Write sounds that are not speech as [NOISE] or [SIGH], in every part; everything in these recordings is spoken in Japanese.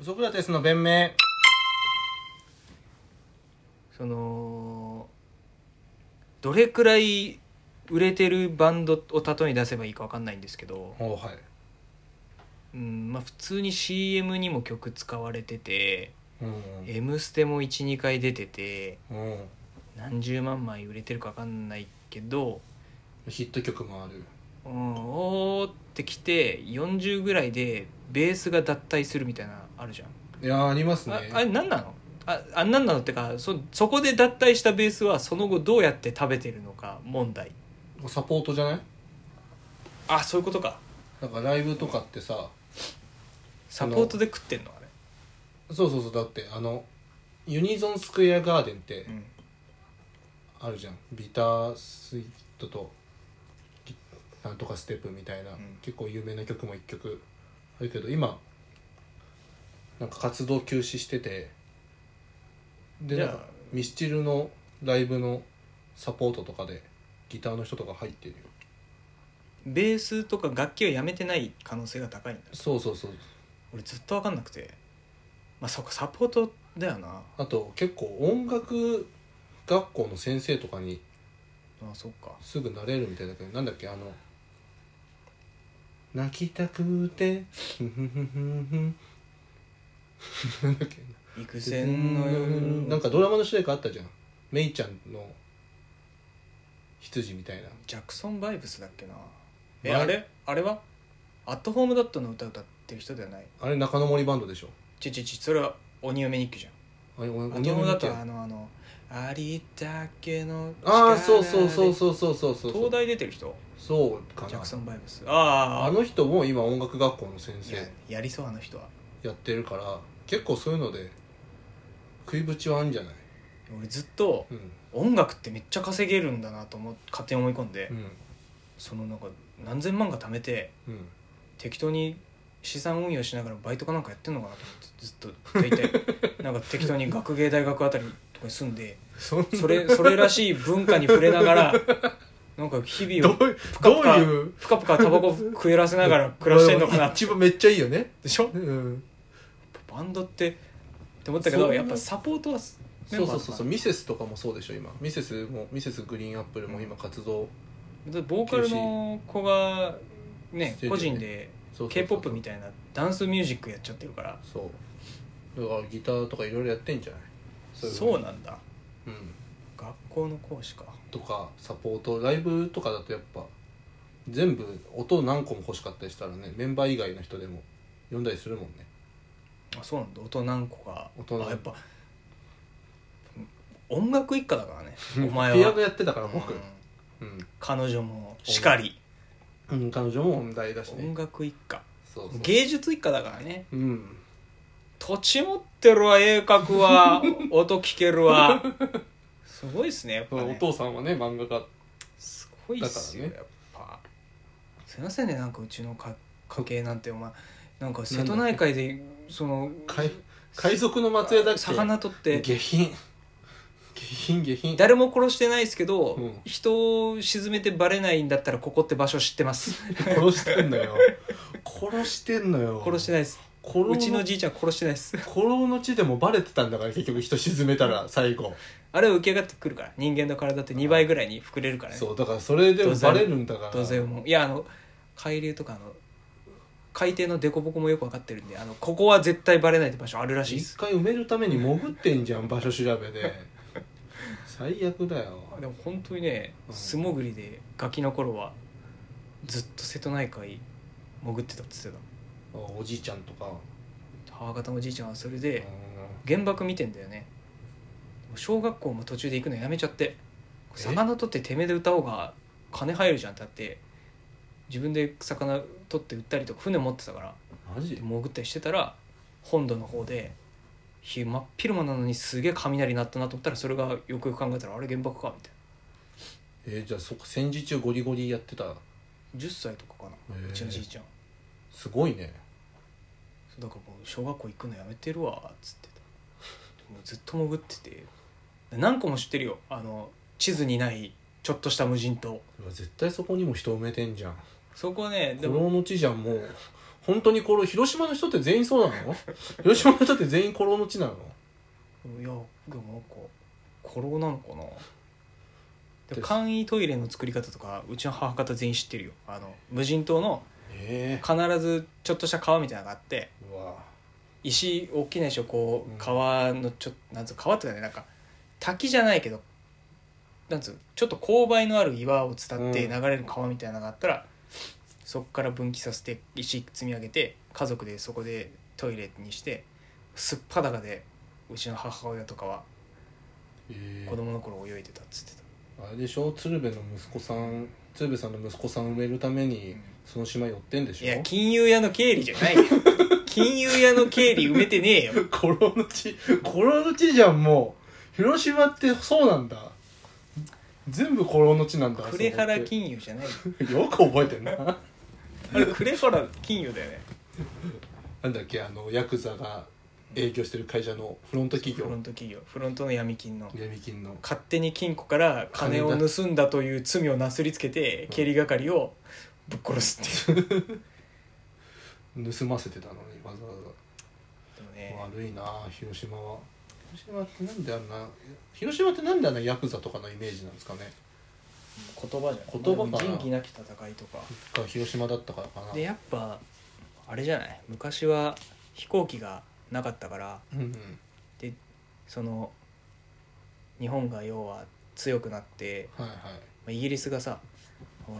ソクラテスの弁明そのどれくらい売れてるバンドを例に出せばいいか分かんないんですけど、おはいうんまあ、普通に CM にも曲使われててうん「M ステ」も12回出ててうんうん何十万枚売れてるか分かんないけど、ヒット曲もあるうん、おーってきて40ぐらいでベースが脱退するみたいなのあるじゃん。いやーありますねああれ何なのああ何なのってかそそこで脱退したベースはその後どうやって食べてるのか問題サポートじゃないあそういうことかなんかライブとかってさサポートで食ってんのあれそうそうそうだってあのユニゾンスクエアガーデンってうんあるじゃんビタースイートとギなんとかステップみたいな、ん結構有名な曲も1曲あるけど今なんか活動休止しててでじなゃあんかミスチルのライブのサポートとかでギターの人とか入ってるよベースとか楽器はやめてない可能性が高いんだそうそうそう俺ずっと分かんなくてまあそっかサポートだよなあと結構音楽学校の先生とかにあそっかすぐなれるみたいだけどなんだっけあの泣きたくてふんふんふんふんふんなんだっけ幾千の夜なんかドラマの主題歌あったじゃんメイちゃんの羊みたいなジャクソン・バイブスだっけなえバイあれあれはアットホームダットの歌歌ってる人ではないあれ中野森バンドでしょちちちそれは鬼嫁日記じゃんあれおあとだだっとけあのあのありだけのああそうそうそうそうそうそうそう東大出てる人そうかジャクソなン・バイブスあああの人も今音楽学校の先いや生やりそうあの人はやってるから結構そういうので食いぶちはあるんじゃない俺ずっとうん音楽ってめっちゃ稼げるんだなと思って勝手に思い込んで、うんそのなんか何千万か貯めてうん適当に資産運用しながらバイトかなんかやってんのかなと思ってずっと大 [LAUGHS] 体なんか適当に学芸大学あたりとかに住んでそんなそれそれらしい文化に触れながらなんか日々をどういうぷかどぷうかいうぷかぷかタバコ食えらせ [LAUGHS] ながら暮らしてんのかな一番めっちゃいいよねでしょうんバンドってって思ったけどやっぱサポートはメそンうバーそうとかそうそうミセスとかもそうでしょ今ミセスもミセスグリーンアップルも今活動だってボーカルの子がねしてるよね個人で k p o p みたいたいなダンスミュージックやっちゃってるからそうだからギターとかいろいろやってんじゃないそういふになんだうん学校の講師かとかサポートライブとかだとやっぱ全部音何個も欲しかったりしたらねメンバー以外の人でも読んだりするもんねあそうなんだ音何個か音何個あやっぱ音楽一家 [LAUGHS] だからねお前はピアノやってたから僕うんうん、彼女もしかりうん、彼女も音大だしね音楽一家そうそう芸術一家だからねうん土地持ってるわ鋭角 [LAUGHS] は音聞けるわすごいっすねやっぱ、そうおね、父さんはね漫画家すごいっすよ、だかやっぱすいませんねなんかうちのか家系なんてお前なんか瀬戸内海でその海海賊の末裔だっけ魚取って下品下品下品誰も殺してないですけど、うん人を沈めてバレないんだったらここって場所知ってます [LAUGHS] 殺してんのよ殺してんのよ殺してないですコロうちちののじいちゃん殺してないです [LAUGHS] コロの地でもバレてたんだから結局人沈めたら最後あれは浮き上がってくるから人間の体って2倍ぐらいに膨れるからねそうだからそれでもバレるんだからどうせもういやあの海流とかあの海底の凸凹もよく分かってるんであのここは絶対バレないって場所あるらしいです一回埋めるために潜ってんじゃん場所調べ [LAUGHS] で最悪だよでも本当にねうん素潜りでガキの頃はずっと瀬戸内海潜ってたっつっておじいちゃんとかた母方のおじいちゃんはそれうでん原爆見てんだよね小学校も途中で行くのやめちゃってえ魚取っててめえで歌おうが金入るじゃんってなって自分で魚取って売ったりとか船持ってたからマジ潜ったりしてたら本土の方で日真っ昼間なのにすげえ雷鳴ったなと思ったらそれがよくよく考えたらあれ原爆かみたいえーじゃあそっか戦時中ゴリゴリやってたな10歳とかかなへえうちのじいちゃんすごいねそうだからもう小学校行くのやめてるわっつってたもうずっと潜ってて何個も知ってるよあの地図にないちょっとした無人島うわ絶対そこにも人埋めてんじゃんそこねでコもロの地じゃんもう本当にこれ広島の人って全員そうなの広島の人って全員古老の地なのいやでもなんか古老なのかなでも簡易トイレの作り方とかうちの母方全員知ってるよあの無人島のえ必ずちょっとした川みたいなのがあってえうわ石大きな石をこうんう川のちょっとなんつう川っていうかねなんか滝じゃないけどなんつうちょっと勾配のある岩を伝ってうん流れる川みたいなのがあったら、そこから分岐させて石積み上げて家族でそこでトイレにしてすっぱだかでうちの母親とかはええ子供の頃泳いでたっつってた、あれでしょ鶴瓶の息子さん鶴瓶さんの息子さんを埋めるためにうんその島寄ってんでしょいや金融屋の経理じゃないよ金融屋の経理埋めてねえよ古老の地古老の地じゃんもう広島ってそうなんだ全部古老の地なんだ呉 [LAUGHS] あそ原こって金融じ [LAUGHS] ゃないよよく覚えてんなあれ呉原金融だよねなんだっけあのヤクザが営業してる会社のフロント企業フロント企業フロントの闇金の闇金の勝手に金庫から金を盗んだという罪をなすりつけてうん経理係をぶっ殺すっていう盗ませてたのにわざわでもざ、ね悪いな広島は広島ってなんであんな広島ってなんであんなヤクザとかのイメージなんですかね言葉じゃん言葉かなまあでも仁義なき戦いとかが広島だったからかなでやっぱあれじゃない昔は飛行機がなかったからうんうんでその日本が要は強くなって、はいはいまあイギリスがさ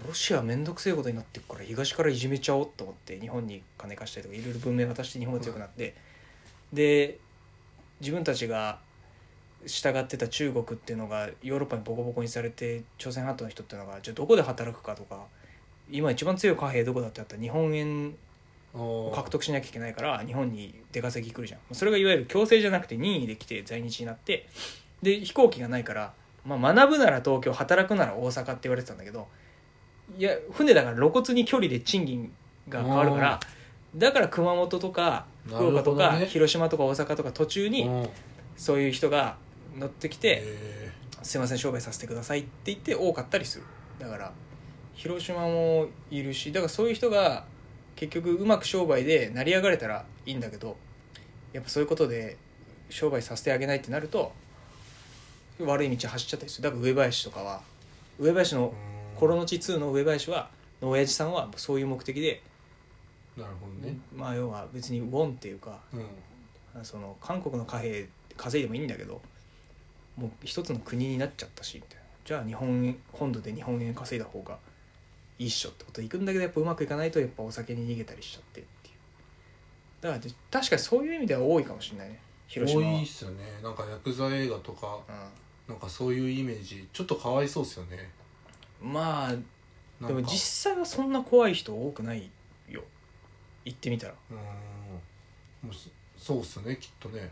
ロシアめんどくせえことになってっから東からいじめちゃおうと思って日本に金貸したりとかいろいろ文明が足して日本が強くなって、で自分たちが従ってた中国っていうのがヨーロッパにボコボコにされて朝鮮半島の人っていうのがじゃあどこで働くかとか今一番強い貨幣どこだってあったら日本円おをー獲得しなきゃいけないから日本に出稼ぎ来るじゃんそれがいわゆる強制じゃなくて任意で来て在日になってで飛行機がないから、まあ、学ぶなら東京働くなら大阪って言われてたんだけどいや船だから露骨に距離で賃金が変わるからだから熊本とか福岡となるか、ほどね広島とか大阪とか途中にうんそういう人が乗ってきてえ「すいません商売させてください」って言って多かったりするだから広島もいるしだからそういう人が結局うまく商売で成り上がれたらいいんだけどやっぱそういうことで商売させてあげないってなると悪い道走っちゃったりするだから上林とかは上林ーの「うんコロの地2」の上林はの親父さんはそういう目的で、なるほどねまあ要は別にウォンっていうかうんその韓国の貨幣稼いでもいいんだけどもう一つの国になっちゃったしみたいなじゃあ日本円本土で日本円稼いだ方がいいっしょってことで行くんだけどやっぱうまくいかないとやっぱお酒に逃げたりしちゃってっていうだからで確かにそういう意味では多いかもしれないね広島は多いっすよねなんかヤクザ映画とかなんかそういうイメージちょっとかわいそうっすよねうん、まあなんでかも実際はそんな怖い人多くないよ行ってみたら、うーんもうそそうっすねきっとねう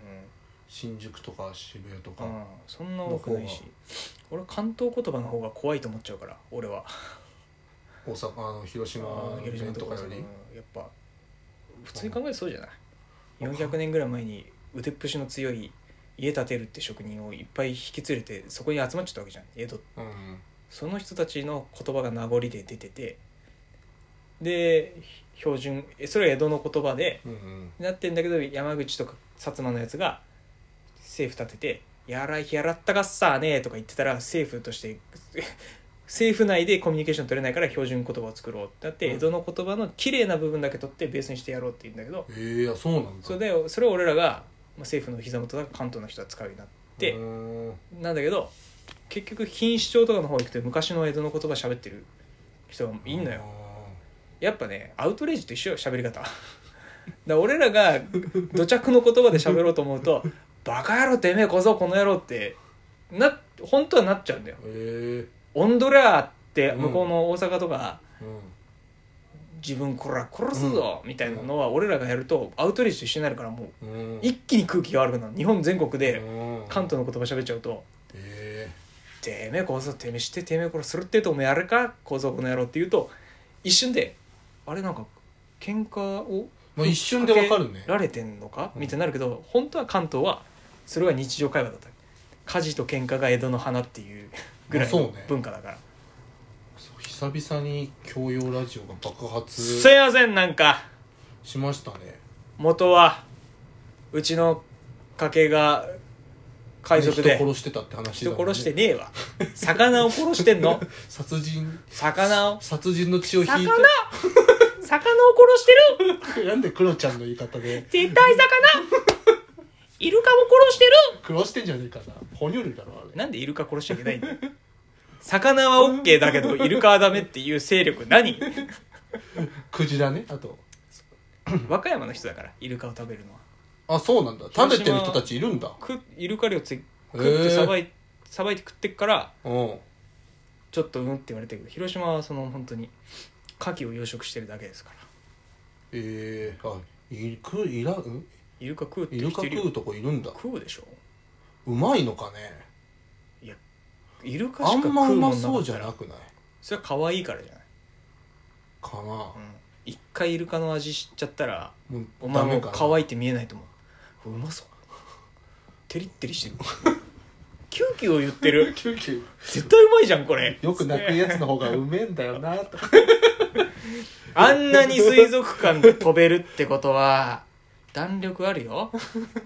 新宿とか渋谷とかんうん、そんな多くないしの俺関東言葉の方が怖いと思っちゃうから俺は大阪あの広島あー広島弁ととかかよよりりやっぱ普通に考えてそうじゃない400年ぐらい前に腕っぷしの強い家建てるって職人をいっぱい引き連れてそこに集まっちゃったわけじゃん江戸うんその人たちの言葉が名残で出ててで標準えそれは江戸の言葉でうんうんなってんだけど山口とか薩摩のやつが政府立てて「やらやらったがっさーねー」とか言ってたら政府として [LAUGHS] 政府内でコミュニケーション取れないから標準言葉を作ろうってなってうん江戸の言葉の綺麗な部分だけ取ってベースにしてやろうって言うんだけどえー、いやそうなんだそれでそれを俺らがまあ政府の膝元だから関東の人は使うようになってうーんなんだけど結局錦糸町とかの方行くと昔の江戸の言葉喋ってる人がいんのよ。やっぱねアウトレイジと一緒よ喋り方だから俺らが土着の言葉で喋ろうと思うと「バカ野郎てめえこそこの野郎」ってな本当はなっちゃうんだよえー、 「オンドラー」って向こうの大阪とかうん「自分こら殺すぞ」みたいなのは俺らがやるとアウトレイジと一緒になるからもううん一気に空気が悪くなる日本全国でうん関東の言葉喋っちゃうとえ「てめえこそてめえしててめえこらするってえとお前あれかこそこの野郎」って言うと一瞬であれなんか喧嘩をー、まあ一瞬でわかるねられてんのかうんみたいになるけど、本当は関東はそれが日常会話だった家事と喧嘩が江戸の花っていうぐらいまあそのうね文化だから、そう久々に教養ラジオが爆発すいませんなんかしましたね元はうちの家系が海賊で人殺してたって話だ人もん殺してねえわ魚を殺してん [LAUGHS] の殺人魚を殺人の血を引い魚魚をて殺してるなんでクロちゃんの言い方で絶対魚イルカも殺してるクロしてんじゃねえかな哺乳類だろあれなんでイルカ殺しちゃいけないんだよ魚は OK だけどイルカはダメっていう勢力何 [LAUGHS] クジラねあと和歌山の人だからイルカを食べるのはあそうなんだ食べてる人たちいるんだ食イルカ料つ食ってさばいさばいて食ってっからうんちょっとうんって言われてるけど広島はその本当に牡蠣を養殖してるだけですからえー、あいくいらんイルカ食うってイル生きカてるよ食うとこいるんだ食うでしょうまいのかねイルカあしんか食うまうもんなまかったらそうじゃなくないそれは可愛いからじゃない、かな、うん一回イルカの味知っちゃったらもうお前もダうメかな乾いて見えないと思ううまそうテリッテリしてる [LAUGHS] キューキュー言ってるキューキュ絶対うまいじゃんこれーよく泣くやつの方がうめえんだよな [LAUGHS] とあんなに水族館で飛べるってことは弾力あるよ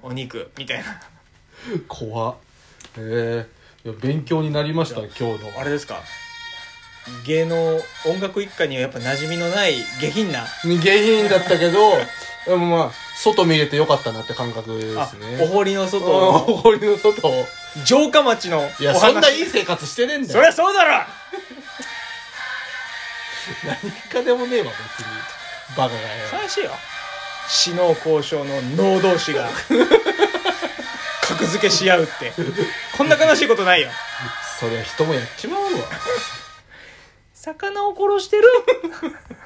お肉みたいな怖っええいや勉強になりましたい今日のあれですか芸能音楽一家にはやっぱ馴染みのない下品な下品だったけどでもまあ外見れてよかったなって感覚であすねお堀の外おの堀の外を城下町のおいや話そんないい生活してねえんだそよりゃそうだろ何かでもねえわ別にバカがよ悲しいよ死の交渉の能同士が格付けし合うってこんな悲しいことない [LAUGHS] よそりゃ人もやっちまうわ魚を殺してる